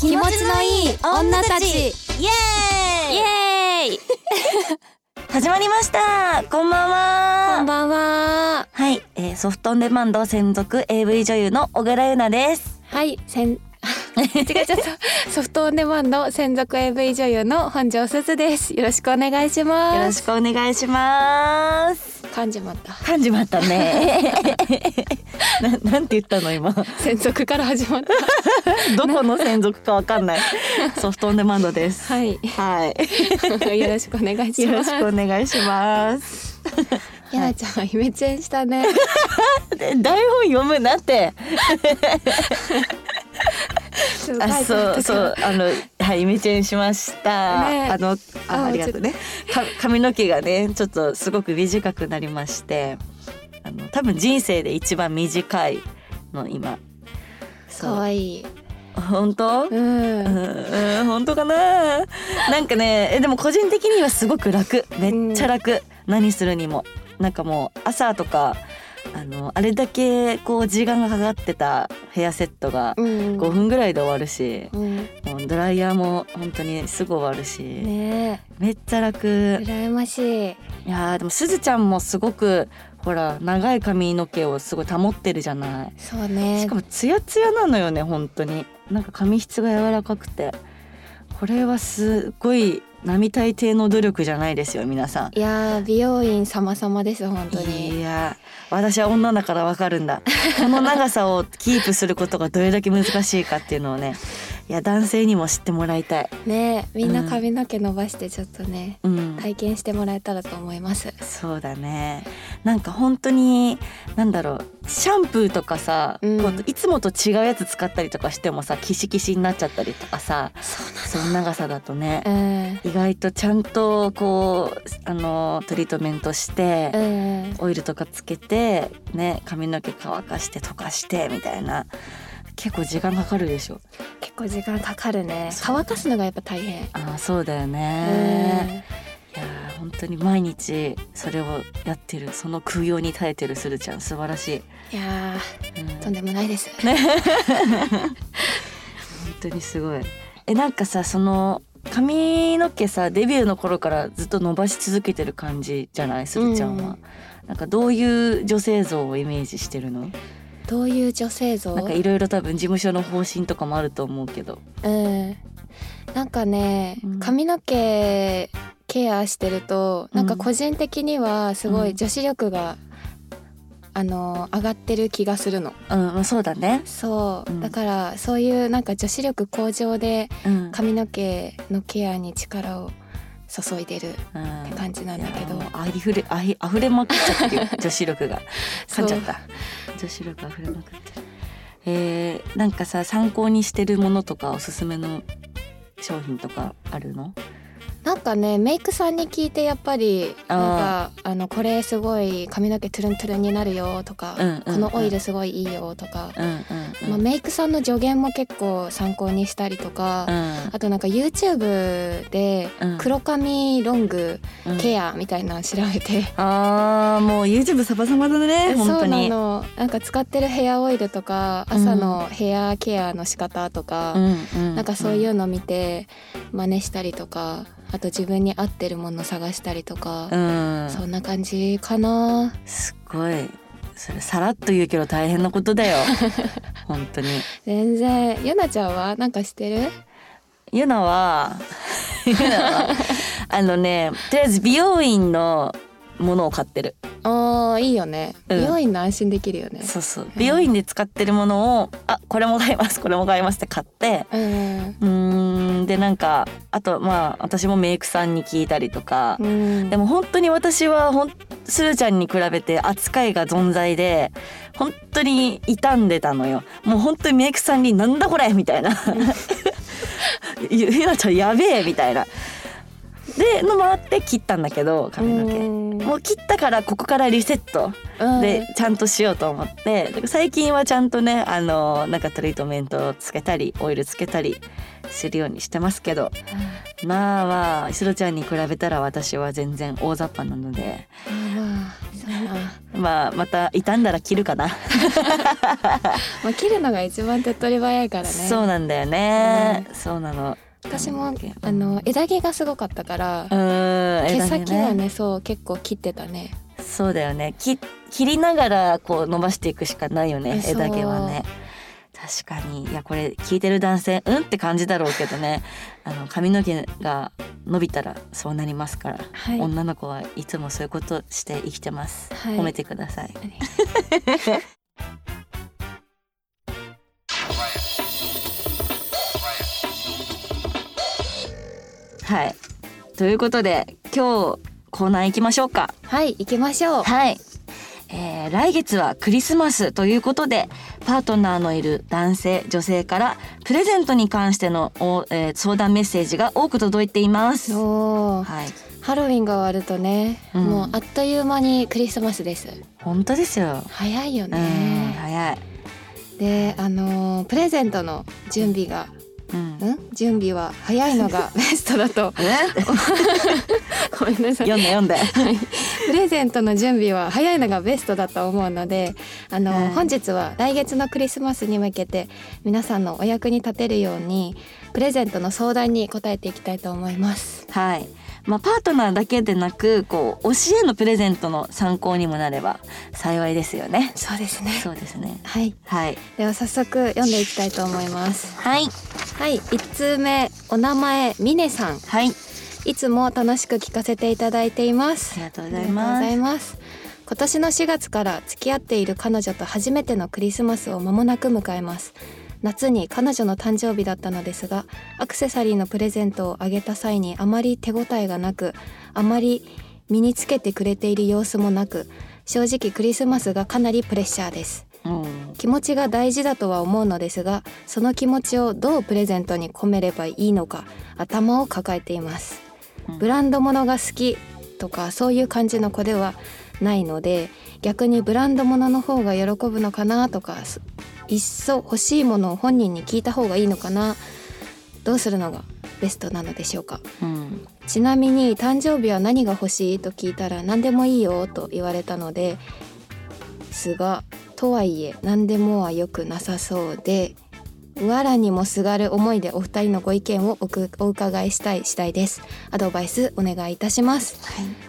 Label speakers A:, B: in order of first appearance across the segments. A: 気持ちのいい女たち
B: イエーイ
A: イエーイ
B: 始まりましたこんばんは
A: こんばんは
B: はい、えー、ソフトオンデマンド専属 AV 女優の小倉優奈です
A: はい、せ ん間違えちゃったソフトオンデマンド専属 AV 女優の本庄すずですよろしくお願いし
B: よろ
A: ます
B: しくお願いします
A: 漢字まった
B: 感じまったね ななんて言ったの今
A: 専属から始まった
B: どこの専属かわかん ないソフトオンデマンドです
A: はい
B: はい
A: よろしくお願いし
B: よろ
A: ます
B: しくお願いします
A: やなちゃんは姫チェンしたね
B: で台本読むなって
A: ちょっと書
B: あ
A: いてあったけ
B: そ
A: ど
B: うそうあのはいイメチェンしました、
A: ね
B: あのあ
A: あ
B: ありがとうねか髪の毛がねちょっとすごく短くなりましてあの多分人生で一番短いの今
A: かわいい
B: 本
A: う
B: 当
A: ん
B: うん本当かななんかねえでも個人的にはすごく楽めっちゃ楽、何するにもなんかもう朝とかあのあれだけこう時間がかかってたヘアセットが
A: うん
B: 5分ぐらいで終わるし、
A: うん
B: もうドライヤーも本当にすぐ終わるし、
A: ね
B: めっちゃ
A: え
B: 楽
A: 羨ましい
B: いやーでもすずちゃんもすごくほら長い髪の毛をすごい保ってるじゃない
A: そうね
B: しかもツヤツヤなのよね本当になんか髪質が柔らかくてこれはすごい並大抵の努力じゃないですよ皆さん
A: いやー美容院様様です本当
B: い
A: に
B: やー私は女だからわかるんだこの長さをキープすることがどれだけ難しいかっていうのをねいや男性にも知ってもらいたい
A: ねみんな
B: うん
A: 髪の毛伸ばしてちょっとね、
B: うん、
A: 体験してもらえたらと思います
B: そうだねなんか本当になんだろうシャンプーとかさ、
A: うん
B: こういつもと違うやつ使ったりとかしてもさキシキシになっちゃったりとかさその長さだとね
A: う、ん
B: 意外とちゃんとこうあのトリートメントして
A: う、ん
B: オイルとかつけてね髪の毛乾かして溶かしてみたいな結構時間かかるでしょ
A: 結構時間かかるね
B: そう
A: 乾かすのがやっぱ大変
B: ああそうだよ
A: うん
B: ね、いやー本当に毎日それをやってるその空用に耐えてるするちゃん素晴らしい、
A: いや
B: う
A: ー
B: ん
A: とん
B: 本
A: でもないです、
B: 当にすごいえなんかさその髪の毛さデビューの頃からずっと伸ばし続けてる感じじゃないすずちゃんは、なんかどういう女性像をイメージしてるの
A: どういう女性像
B: なんかいろいろ多分事務所の方針とかもあると思うけど。
A: うんなんかね、
B: うん
A: 髪の毛ケアしてるとなんか個人的にはすご
B: う
A: い
B: ん
A: 女子力が、あの上がってる気がするの
B: うん、まあそうだね。
A: そう、
B: うん
A: だからそういうなんか女子力向上で
B: うん。
A: 髪の毛のケアに力を注いでる
B: うん
A: 感じなんだけど
B: いやもうありふれあひ溢れまくっちゃってるよ女子力 が。噛んじゃった。女子力溢れまくってる。えー、なんかさ参考にしてるものとかおすすめの商品とかあるの？
A: なんかねメイクさんに聞いてやっぱりなんかあのこれすごい髪の毛トゥルントゥルンになるよとか、
B: うんうんうん
A: このオイルすごいいいよとか、
B: うんうんうん。
A: まあ、メイクさんの助言も結構参考にしたりとか、あとなんか YouTube で
B: うん
A: 黒髪ロング
B: うん
A: ケアみたいなの調べて、
B: ああもう YouTube サバサバだね本
A: そ
B: 当
A: うな
B: に。
A: のなんか使ってるヘアオイルとか
B: うん
A: 朝のヘアケアの仕方とか、
B: うんうん。
A: なんかそういうの見て真似したりとかあと自分に合ってるもの探したりとか
B: う、ん。
A: そんな感じかな
B: すごいそれさらっと言うけど大変なこと だよ本当に
A: 全然ゆなちゃんはなんかしてる
B: ユナは ユナはあのねとりあえず美容院のものを買ってる
A: あーいいよね、
B: うん
A: 美容院の安心できるよね
B: そうそう美容院で使ってるものをあこれも買いますこれも買いますって買って
A: うん、
B: うーんでなんかあとまあ私もメイクさんに聞いたりとか
A: う、ん、
B: でも本当に私はほんスルちゃんに比べて扱いが存在で本当に傷んでたのよもう本当にメイクさんに「なんだこれ!」みたいな 「ゆゆなちゃんやべえ!」みたいな。でのもあって切ったんだけど髪の毛。
A: うん
B: もう切ったからここからリセット
A: うん
B: でちゃんとしようと思って最近はちゃんとねあのなんかトリートメントをつけたりオイルつけたりするようにしてますけどまあまあ、しろちゃんに比べたら私は全然大雑把なので、
A: まあまあそうやな、
B: まあまた傷んだら切るかな、
A: まあ、切るのが一番手っ取り早いからね
B: そうなんだよね、そうなの
A: 私もあの枝毛がすごかったから
B: う、ーん
A: 毛
B: 枝毛
A: 先はねそう結構切ってたね
B: そうだよねき切りながらこう伸ばしていくしかないよね
A: そう
B: 枝毛はね確かにいやこれ聞いてる男性うんって感じだろうけどねあの髪の毛が伸びたらそうなりますから、
A: はい
B: 女の子はいつもそういうことして生きてます、
A: はい
B: 褒めてくださいはいということで今日コーナー行きましょうか
A: はい行きましょう
B: はい、えー来月はクリスマスということでパートナーのいる男性女性からプレゼントに関してのお、えー相談メッセージが多く届いています。は
A: おー
B: い、
A: ハロウィンが終わるとね、
B: うん
A: もうあっという間にクリスマスです
B: 本当ですよ。
A: 早いよ
B: うん、
A: ね
B: 早い。
A: であのープレゼントの準備が
B: うん。
A: ん準備は早いの がベストだと
B: え
A: ごめんなさい
B: 読んで読んで。
A: プレゼントの準備は早いのがベストだと思うのであの、
B: はい
A: 本日は来月のクリスマスに向けて皆さんのお役に立てるようにプレゼントの相談に答えていきたいと思います。
B: はい。まあ、パートナーだけでなくこう推しへのプレゼントの参考にもなれば幸いですよね。
A: そうですね
B: そうですね。
A: はい、
B: はい。
A: では早速読んでいきたいと思います。
B: はい。
A: はい、一通目お名前ミネさん、
B: はい。
A: いつも楽しく聞かせていただいています
B: あり。がとう
A: あ
B: ご
A: りがと
B: ざいう
A: ご
B: ま
A: ざい
B: す。
A: ます。今年の4月から付き合っている彼女と初めてのクリスマスを間もなく迎えます。夏に彼女の誕生日だったのですが、アクセサリーのプレゼントをあげた際にあまり手応えがなく、あまり身につけてくれている様子もなく、正直クリスマスがかなりプレッシャーです。
B: うん
A: 気持ちが大事だとは思うのですが、その気持ちをどうプレゼントに込めればいいのか、頭を抱えています。ブランド物が好きとかそういう感じの子ではないので逆にブランド物の方が喜ぶのかなとかすいっそ欲しいものを本人に聞いた方がいいのかなどうするのがベストなのでしょうか
B: うん。
A: ちなみに誕生日は何が欲しいと聞いたら何でもいいよと言われたのですがとはいえ何でもは良くなさそうでわらにもすがる思いでお二人のご意見をおくお伺いしたい次第ですアドバイスお願いいたします、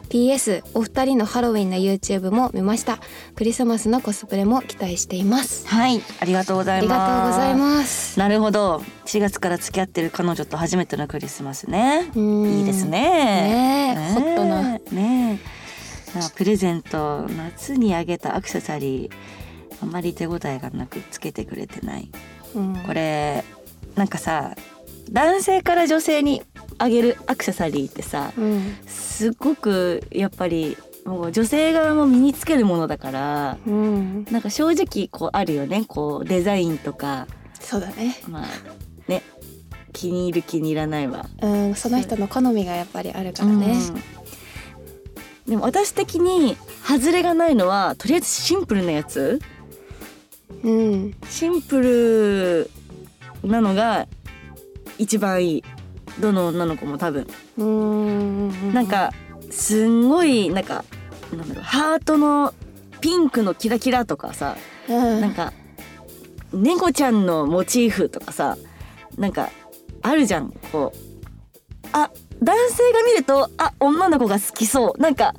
A: PS お二人のハロウィンの YouTube も見ましたクリスマスのコスプレも期待しています
B: はい、ありがとうござ
A: あ
B: い
A: り
B: ます。
A: がとうございます
B: なるほど、4月から付き合ってる彼女と初めてのクリスマスね。
A: い
B: いいですね。
A: ねえホットな
B: ねえ。ねえさあプレゼント、夏にあげたアクセサリー。あまり手応えがなくつけてくれてない。
A: うん
B: これ、なんかさ、男性から女性にあげるアクセサリーってさ、
A: うん
B: すごくやっぱり。もう女性側も身につけるものだから
A: うん
B: なんか正直こうあるよねこうデザインとか
A: そうだね
B: まあね気に入る気に入らないわ
A: うん、その人の好みがやっぱりあるからね。
B: うんでも私的に外れがないのはとりあえずシンプルなやつ
A: うん、
B: シンプルなのが一番いいどの女の子も多分
A: うーん、
B: なん、かすんごいなんかなんだろうハートのピンクのキラキラとかさ
A: うん、
B: なんか猫ちゃんのモチーフとかさなんかあるじゃんこうあ男性が見るとあ女の子が好きそうなんか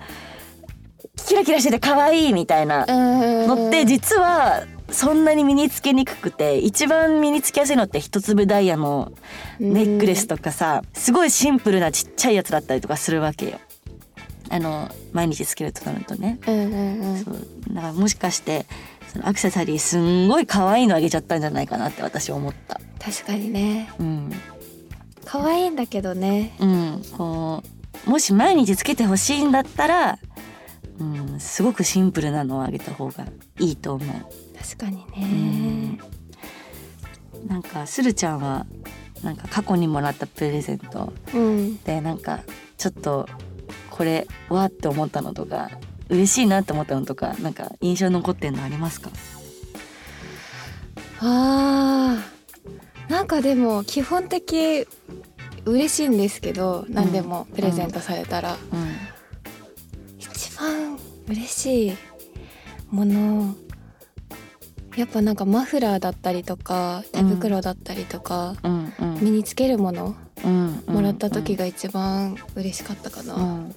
B: キラキラしてて可愛いみたいなの
A: 乗
B: って実はそんなに身につけにくくて一番身につきやすいのって一粒ダイヤのネックレスとかさすごいシンプルなちっちゃいやつだったりとかするわけよ。あの毎日つけるとなるとね。
A: うんうんうん
B: そうだからもしかしてそのアクセサリーすんごい可愛いのあげちゃったんじゃないかなって私思った
A: 確かにね
B: うん、
A: 可愛いんだけどね
B: うん、こうもし毎日つけてほしいんだったら、うん、すごくシンプルなのをあげた方がいいと思う、
A: 確かに
B: う
A: ね
B: ん、なんかするちゃんはなんか過去にもらったプレゼント
A: うん
B: でなんかちょっとこれわーって思ったのとか嬉しいなって思ったのとかなんか印象に残ってんのありますか
A: あーなんかでも基本的嬉しいんですけど何でもプレゼントされたら、
B: うん
A: 一番嬉しいものやっぱなんかマフラーだったりとか手袋だったりとか、
B: うんうん
A: 身につけるもの
B: うんうん
A: もらった時が一番嬉しかったかな、
B: うん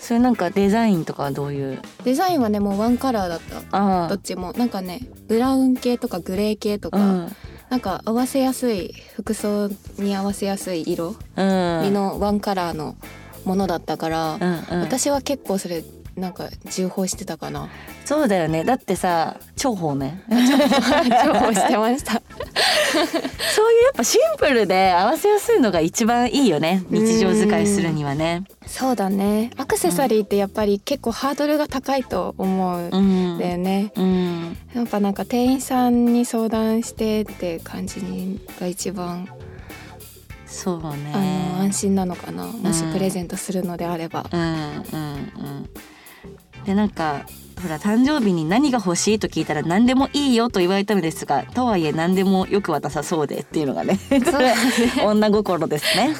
B: それなんかデザインとかはどういう
A: デザインはねもうワンカラーだった
B: あ
A: どっちもなんかねブラウン系とかグレー系と
B: あ
A: か、
B: うん
A: なんか合わせやすい服装に合わせやすい色
B: うん
A: のワンカラーのものだったから、
B: うんうん
A: 私は結構それなんか重宝してたかな
B: そうだよねだってさ重宝ね
A: 重宝してました
B: そういうやっぱシンプルで合わせやすいのが一番いいよね日常使いするにはね
A: そうだねアクセサリーってやっぱり結構ハードルが高いと思う
B: うんん
A: だよね、
B: うん
A: やっぱなんか店員さんに相談してって感じが一番
B: そう
A: あの
B: ね
A: 安心なのかなもしプレゼントするのであれば、
B: うんうんうんでなんかほら誕生日に何が欲しいと聞いたら何でもいいよと言われたのですがとはいえ何でもよく渡さそうでっていう のがね 女心ですね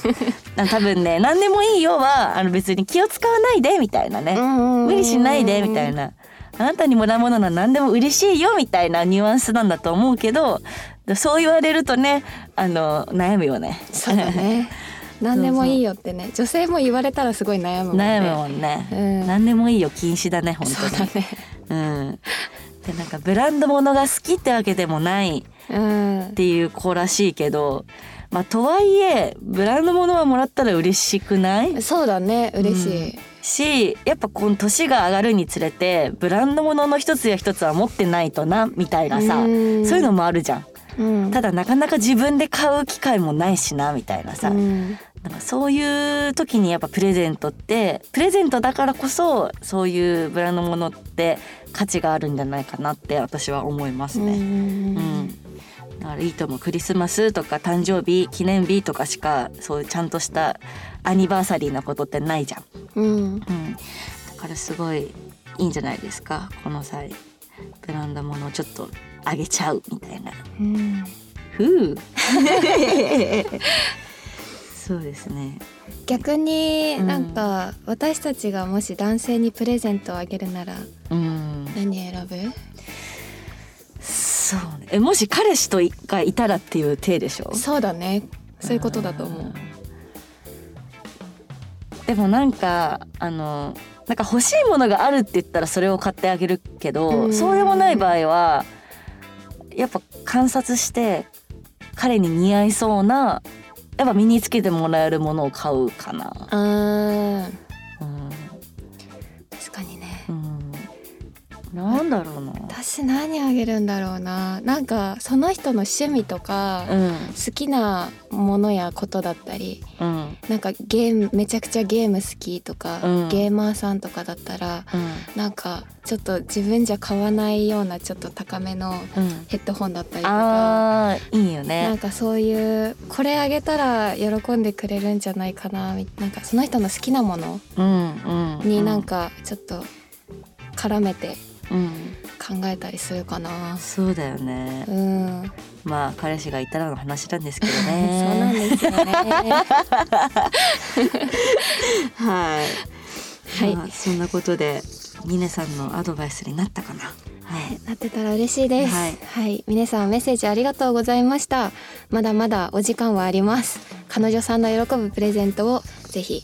B: あ多分ね何でもいいよはあの別に気を使わないでみたいなね無
A: 無
B: 理しないでみたい
A: な
B: なあなたにもらうものなら何でも嬉しいよみたいなニュアンスなんだと思うけどそう言われるとねあの悩むよね
A: そうだね何でもいいよってね女性も言われたらすごい悩むもんね
B: 悩むもんね、
A: うん
B: 何でもいいよ禁止だね本
A: そう
B: 当
A: だ
B: に
A: ね
B: うんでなんかブランドものが好きってわけでもないっ
A: うん
B: ていう子らしいけどまあとはいえブランドものはもらったら嬉しくない
A: そうだね嬉しい、
B: しやっぱこの年が上がるにつれてブランドものの一つや一つは持ってないとなみたいなさ、
A: うん
B: そういうのもあるじゃん。
A: うん
B: ただなかなか自分で買う機会もないしなみたいなさ、
A: うん
B: なんかそういう時にやっぱプレゼントってプレゼントだからこそそういうブランドものって価値があるんじゃないかなって私は思います
A: うんう
B: ね。
A: んう
B: う
A: ん
B: んだからいいと思うクリスマスとか誕生日記念日とかしかそういうちゃんとしたアニバーサリーなことってないじゃん、
A: うん
B: うん、だからすごいいいんじゃないですかこの際ブランドものをちょっとあげちゃうみたいな
A: うん
B: ふう。そうですね。
A: 逆になんか私たちがもし男性にプレゼントをあげるなら
B: うん。
A: 何選ぶ
B: そうね。えもし彼氏といがいたらっていう体でしょ。
A: そうだねそういうことだと思う。
B: でもなんかあのなんか欲しいものがあるって言ったらそれを買ってあげるけど、
A: うん
B: そうでもない場合はやっぱ観察して彼に似合いそうなやっぱ身につけてもらえるものを買うかな。
A: あー
B: うん
A: 確かにね
B: うんなんだろうな。
A: 私何あげるんだろうななんかその人の趣味とか
B: うん、
A: 好きなものやことだったり
B: うん、
A: なんかゲームめちゃくちゃゲーム好きとか、
B: うん
A: ゲーマーさんとかだったら
B: うん、
A: なんかちょっと自分じゃ買わないようなちょっと高めの
B: うん。
A: ヘッドホンだったりとか。
B: あーいいよ
A: なん
B: ね。
A: かそういうこれあげたら喜んでくれるんじゃないかなみなんかその人の好きなもの
B: うん、うん、
A: になん、かちょっと絡めて
B: うん、
A: 考えたりするかな
B: そうだよね
A: う。ん、
B: まあ彼氏がいたらの話なんですけ ど
A: そうなん
B: ね。
A: ですよね
B: は
A: は
B: い。
A: い
B: まあそんなことでミネさんのアドバイスになったかな。はい。
A: なってたら嬉しいです。
B: は
A: はいい、皆さんメッセージありがとうございました。まだまだお時間はあります。彼女さんの喜ぶプレゼントをぜひ、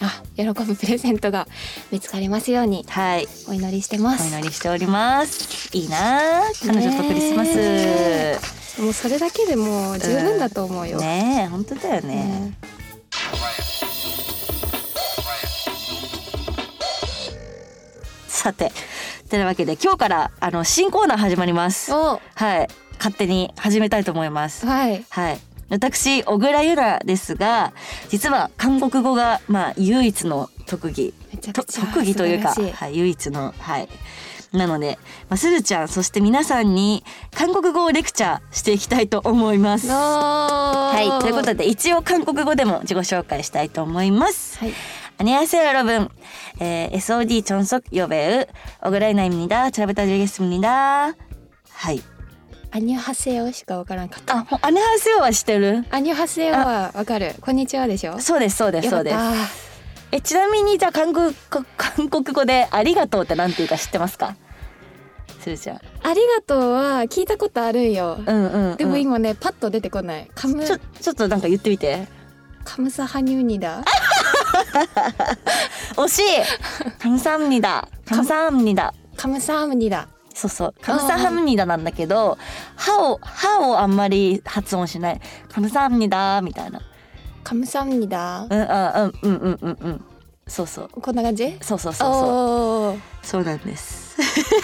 A: あ、喜ぶプレゼントが見つかりますように
B: はい。
A: お祈りしてま
B: お
A: す。
B: 祈りしております。いいなあ。彼女とクリスマス。
A: ねもうそれだけでもう十分だと思うよ。
B: ねえ、本当だよね。
A: ね
B: さて、てなわけで今日からあの新コーナー始まります。
A: お、
B: はい、勝手に始めたいと思います。
A: はい。
B: はい。私小倉優奈ですが、実は韓国語がまあ唯一の特技、
A: めちゃ
B: と
A: くちゃ
B: 特技というか、
A: 素晴らし
B: はい、唯一のはい。なので、まあ、すずちゃんそして皆さんに韓国語をレクチャーしていきたいと思います。
A: おー
B: は、
A: はい
B: ということで一応韓国語でも自己紹介したいと思います。
A: はい。
B: 안녕하세요 여러분. 에, SOD 전속 여배우 어그라이나입니다. 잘 부탁드리겠습니다. 하이.
A: アニョハセヨしかわからんかった。
B: 아, 어, 안녕하세요 와してる.
A: アニョハセヨはわかる。こんにちはでしょ。
B: そうですそうですそうです。
A: よかっ
B: えちなみにじゃあ韓国韓国語でありがとうってなんていうか知ってますか？するちゃん。
A: ありがとうは聞いたことあるんよ。
B: うんうん、うん。
A: でも今ね、パッと出てこない。カム
B: ちょちょっとなんか言ってみて。
A: カムサハニウニだ。
B: 惜しい。カムサハムニダ。カムサハムニダ。
A: カムサハムニだ。
B: そうそう。カムサハムニダなんだけど、歯を歯をあんまり発音しない。カムサハムニダみたいな。
A: カムサハムニだ
B: う。んあうんうんうんうんうん。そうそう。
A: こんな感じ？
B: そうそうそうそう。
A: おー
B: そうなんです。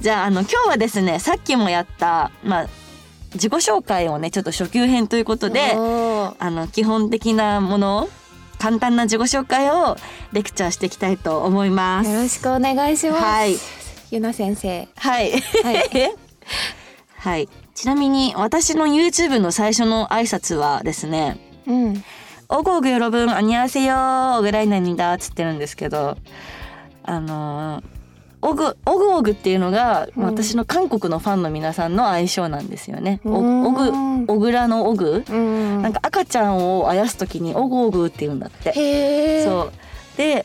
B: じゃああの今日はですねさっきもやった、まあ、自己紹介をねちょっと初級編ということで
A: おー
B: あの基本的なもの簡単な自己紹介をレクチャーしていきたいと思います。
A: よろしくお願いします。
B: はい
A: ゆな先生。
B: はい、
A: はい。
B: はい、ちなみに私の YouTube の最初の挨拶はですね
A: うん。
B: おごぐよろぶん、あにあせよぐらいなんだっつってるんですけど、あのー、おぐ、おぐおぐっていうのが、
A: うん
B: 私の韓国のファンの皆さんの愛称なんですよね。お
A: うん
B: おぐ、おぐらのおぐ、
A: うん。
B: なんか赤ちゃんをあやすときにおぐおぐって言うんだって。
A: へえ。
B: そう。で、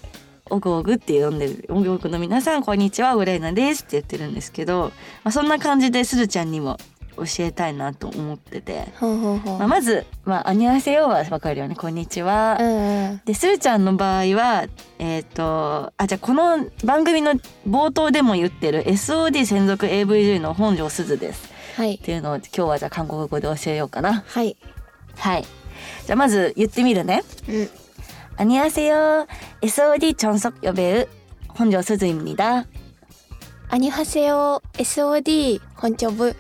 B: おぐおぐって呼んでる、おぐおぐの皆さん、こんにちは、ぐらいなですって言ってるんですけど、まあ、そんな感じですずちゃんにも教えたいなと思ってて。
A: ほうほうほう。
B: まあ、まず、まあ、あにあせよはわかるよね、こんにちは。
A: うんうん。
B: で、するちゃんの場合は、えっ、と、あ、じゃあこの番組の冒頭でも言ってる SOD 専属 AV 女優の本庄すずです。
A: はい
B: っ。ていうのを今日はじゃあ韓国語で教えようかな。
A: はい。
B: はい。じゃあまず言ってみるね。
A: うん。
B: 안녕하세요 SOD 전속여배우本庄すず입니다。
A: アニハセヨ SOD 本庁 部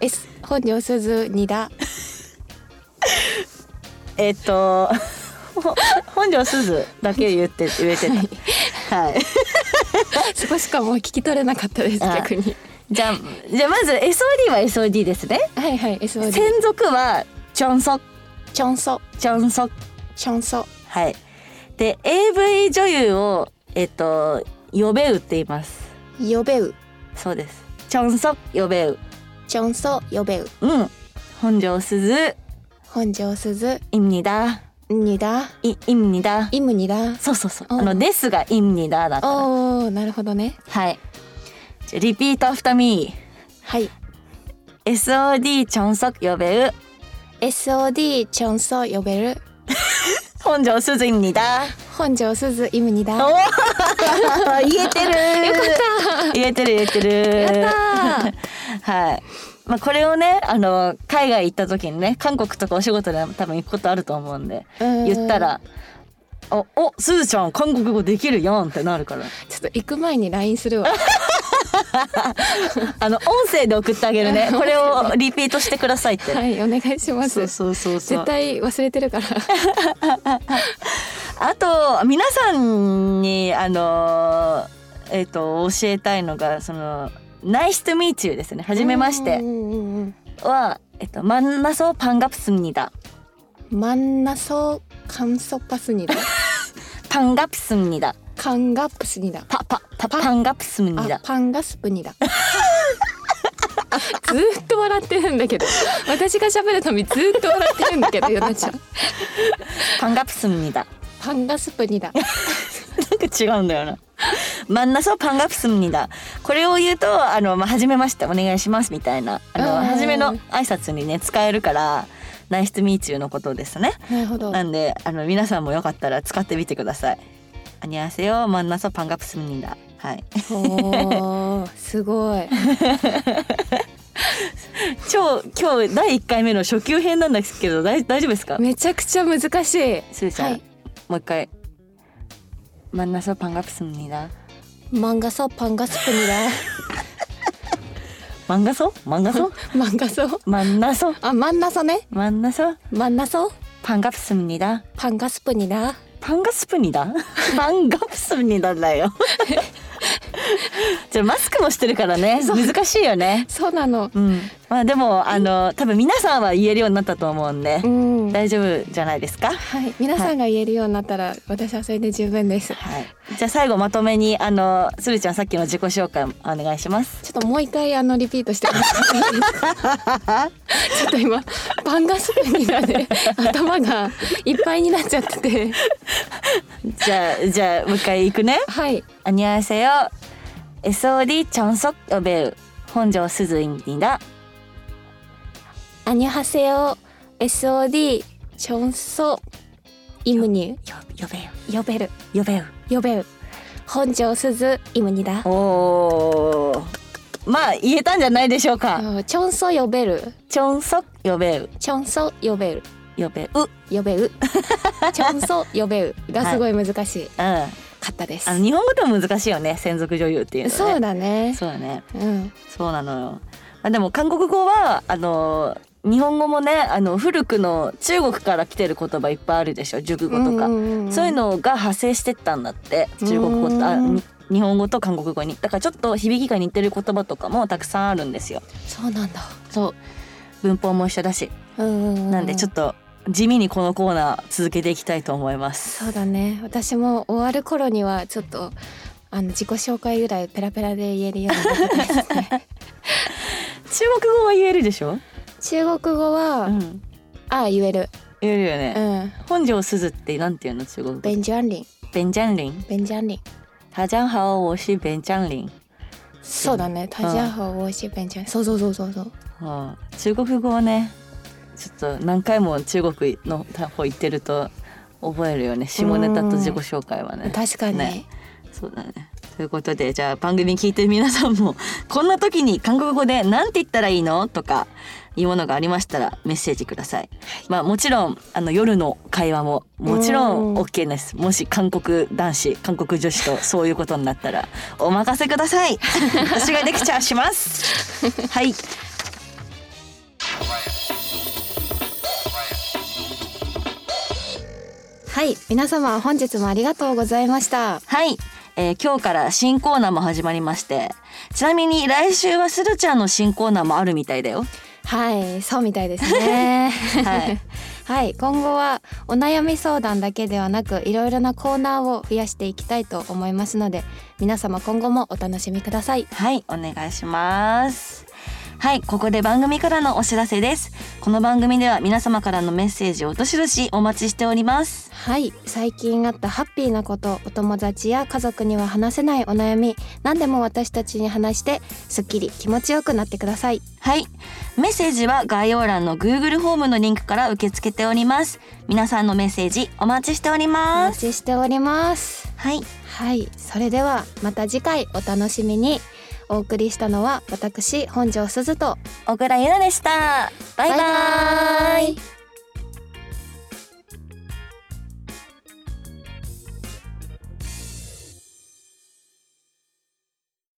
A: S 本庄すずにだ
B: えっ、 と、ほ本庄すずだけ言って、言えてた。はい。
A: そこしかもう聞き取れなかったです
B: あ
A: 逆に
B: じゃあ、じゃあまず SOD は SOD ですね。
A: はいはい SOD
B: 専属はチョンソク、
A: チョンソ
B: チョンソク
A: チョンソ
B: はい。で、AV 女優を、えっと、呼べうって言います。
A: 呼べう
B: そうです。チョンソク呼べう。
A: チョンソ呼べう
B: うん。本庄すず、
A: 本庄すず
B: いんにだ。
A: にだ
B: い、いんにだ。
A: イムにだ
B: そうそうそう。
A: おう
B: あの、ですが、いんにだだから。
A: おーなるほどね
B: はい。じゃ、リピートアフタミ
A: はい
B: ー。SOD チョンソク呼べう。
A: SOD チョンソ呼べる
B: 本庄すず、いんにだ。
A: 本庄すずイムにだ
B: おー 言えてるよかった言えてる言えてる
A: やったー
B: はい。まあ、これをね、あの、海外行った時にね、韓国とかお仕事で多分行くことあると思うんで、
A: うん
B: 言ったら、あ、お、すずちゃん、韓国語できるやんってなる から。
A: ちょっと行く前に LINE す るわ
B: あの、音声で送ってあげるね。これをリピートしてくださいって。
A: はいお願いします
B: そうそうそうそう。
A: 絶対忘れてるから
B: あと皆さんにあのえっ、と教えたいのがその「Nice to meet you」ですね「はじめまし
A: う
B: て
A: んうんうん」
B: は「えっとマンナソパンガプスニダ」
A: 만나서감사받습니다
B: 「パンガプスニダ」
A: 감갑습니다
B: 「パパパパンガプスニ
A: 아
B: ダ」
A: 반갑습니다ずーっと笑ってるんだけど私が喋るたびずーっと笑ってるんだけどヨナちゃん
B: 「パンガプスニダ」
A: 반갑습니다
B: なんか違うんだよな。マンナソパンガプスニダ。これを言うと、あの、まあ、初めまして、お願いしますみたいな。あの、
A: うん
B: 初めの挨拶にね、使えるから。ナイスとミーチューのことですね。
A: なるほど
B: なんであの皆さんもよかったら使ってみてください。안녕하세요、만나서반갑습니다。はい。
A: おーすごい
B: 今日今日第一回目の初級編なんですけど、大大丈夫ですか？
A: めちゃくちゃ難し い
B: すずちゃん、
A: はい
B: もう一回。만나서반갑습니다。
A: 漫画そうパンガスプニだ
B: 만나서만 나서
A: 漫画そう
B: 만나서
A: あ真んなそね
B: 만나서
A: 真んなそう
B: 반갑습니다。
A: パンガスプニだ
B: 반갑습니다。반갑습니다だよ。じゃあマスクもしてるからね、難しいよね。
A: そうなの
B: うん、まあでもあの多分皆さんは言えるようになったと思うんで、
A: うん
B: 大丈夫じゃないですか。
A: はい皆さんが言えるようになったら私はそれで十分です
B: はい。じゃあ最後まとめにあのするちゃんさっきの自己紹介お願いします。
A: ちょっともう一回あのリピートしてもらっていいです かちょっと 今パンガスプニがね頭がいっぱいになっちゃってて
B: じゃあじゃあもう一回行くね。
A: はい。
B: 안녕하세요. SOD 전석 여배우 혼조 수즈입니다.
A: 안녕하세요. SOD 정소 이문이
B: 여, 여배우,
A: 여배우
B: 여배우.
A: 여배우 헌조 수즈입니다.
B: 오.まあ言えたんじゃないでしょうか。
A: 어, 정소 여배우,
B: 전석 여배우,
A: 정소 여배우,
B: 여배우.うん。
A: 여배우, 정소 여배우가
B: はい。
A: すごい難し
B: あ
A: かったです。
B: の日本語でも難しいよね。専属女優っていうのね。
A: そうだね。
B: そうだね。
A: うん。
B: そうなのよ。あでも韓国語はあの日本語もねあの古くの中国から来てる言葉いっぱいあるでしょ。熟語とか。そういう
A: の
B: のが派生してったんだって中国語とあ
A: うん
B: に日本語と韓国語にだからちょっと響きが似てる言葉とかもたくさんあるんですよ
A: そうなんだ。
B: そう文法も一緒だし
A: うんうん。
B: なんでちょっ
A: と。
B: と地味にこのコーナー続けていきたいと思います
A: そうだね。私も終わる頃にはちょっとあの自己紹介ぐらいペラペラで言えるようになりたいですね。
B: 中国語は言えるでしょ
A: 中国語は、
B: うん
A: ああ言える。
B: 言えるよ
A: う
B: ね、
A: ん。
B: 本庄すずってなんていうの中国語
A: ベンジャンリン、
B: ベンジャンリン
A: ベンジャンリン。
B: 大家好我是ベンジャンリン
A: そうだね。タジャーハオ美味しいベンジャン。そうそうそうそうそう。
B: うん中国語はねちょっと何回も中国の方行ってると覚えるよね下ネタと自己紹介はね
A: 確かに。
B: ねそうだねということでじゃあ番組聞いてる皆さんもこんな時に韓国語で何て言ったらいいのとかいうものがありましたらメッセージください、まあもちろんあの夜の会話ももちろ
A: うん
B: ん OK ですもし韓国男子韓国女子とそういうことになったらお任せください私がレクチャーしますはい
A: はい。皆様本日もありがとうございました。
B: はい、えー今日から新コーナーも始まりましてちなみに来週はスルちゃんの新コーナーもあるみたいだよ
A: はい。そうみたいですね。
B: はい。
A: はい。今後はお悩み相談だけではなく、いろいろなコーナーを増やしていきたいと思いますので、皆様今後もお楽しみください。
B: はい、お願いします。はい、ここで番組からのお知らせです。この番組では皆様からのメッセージをどしどしお待ちしております。
A: はい最近あったハッピーなことお友達や家族には話せないお悩み何でも私たちに話してすっきり気持ちよくなってください
B: はい、メッセージは概要欄の Google ホームのリンクから受け付けております。皆さんのメッセージお待ちしており
A: お
B: ま
A: 待
B: す。
A: ちしております
B: はい、
A: はいそれではまた次回お楽しみにお送りしたのは私本庄すずと
B: 小倉優奈でした。バイバイ。
A: バイバイ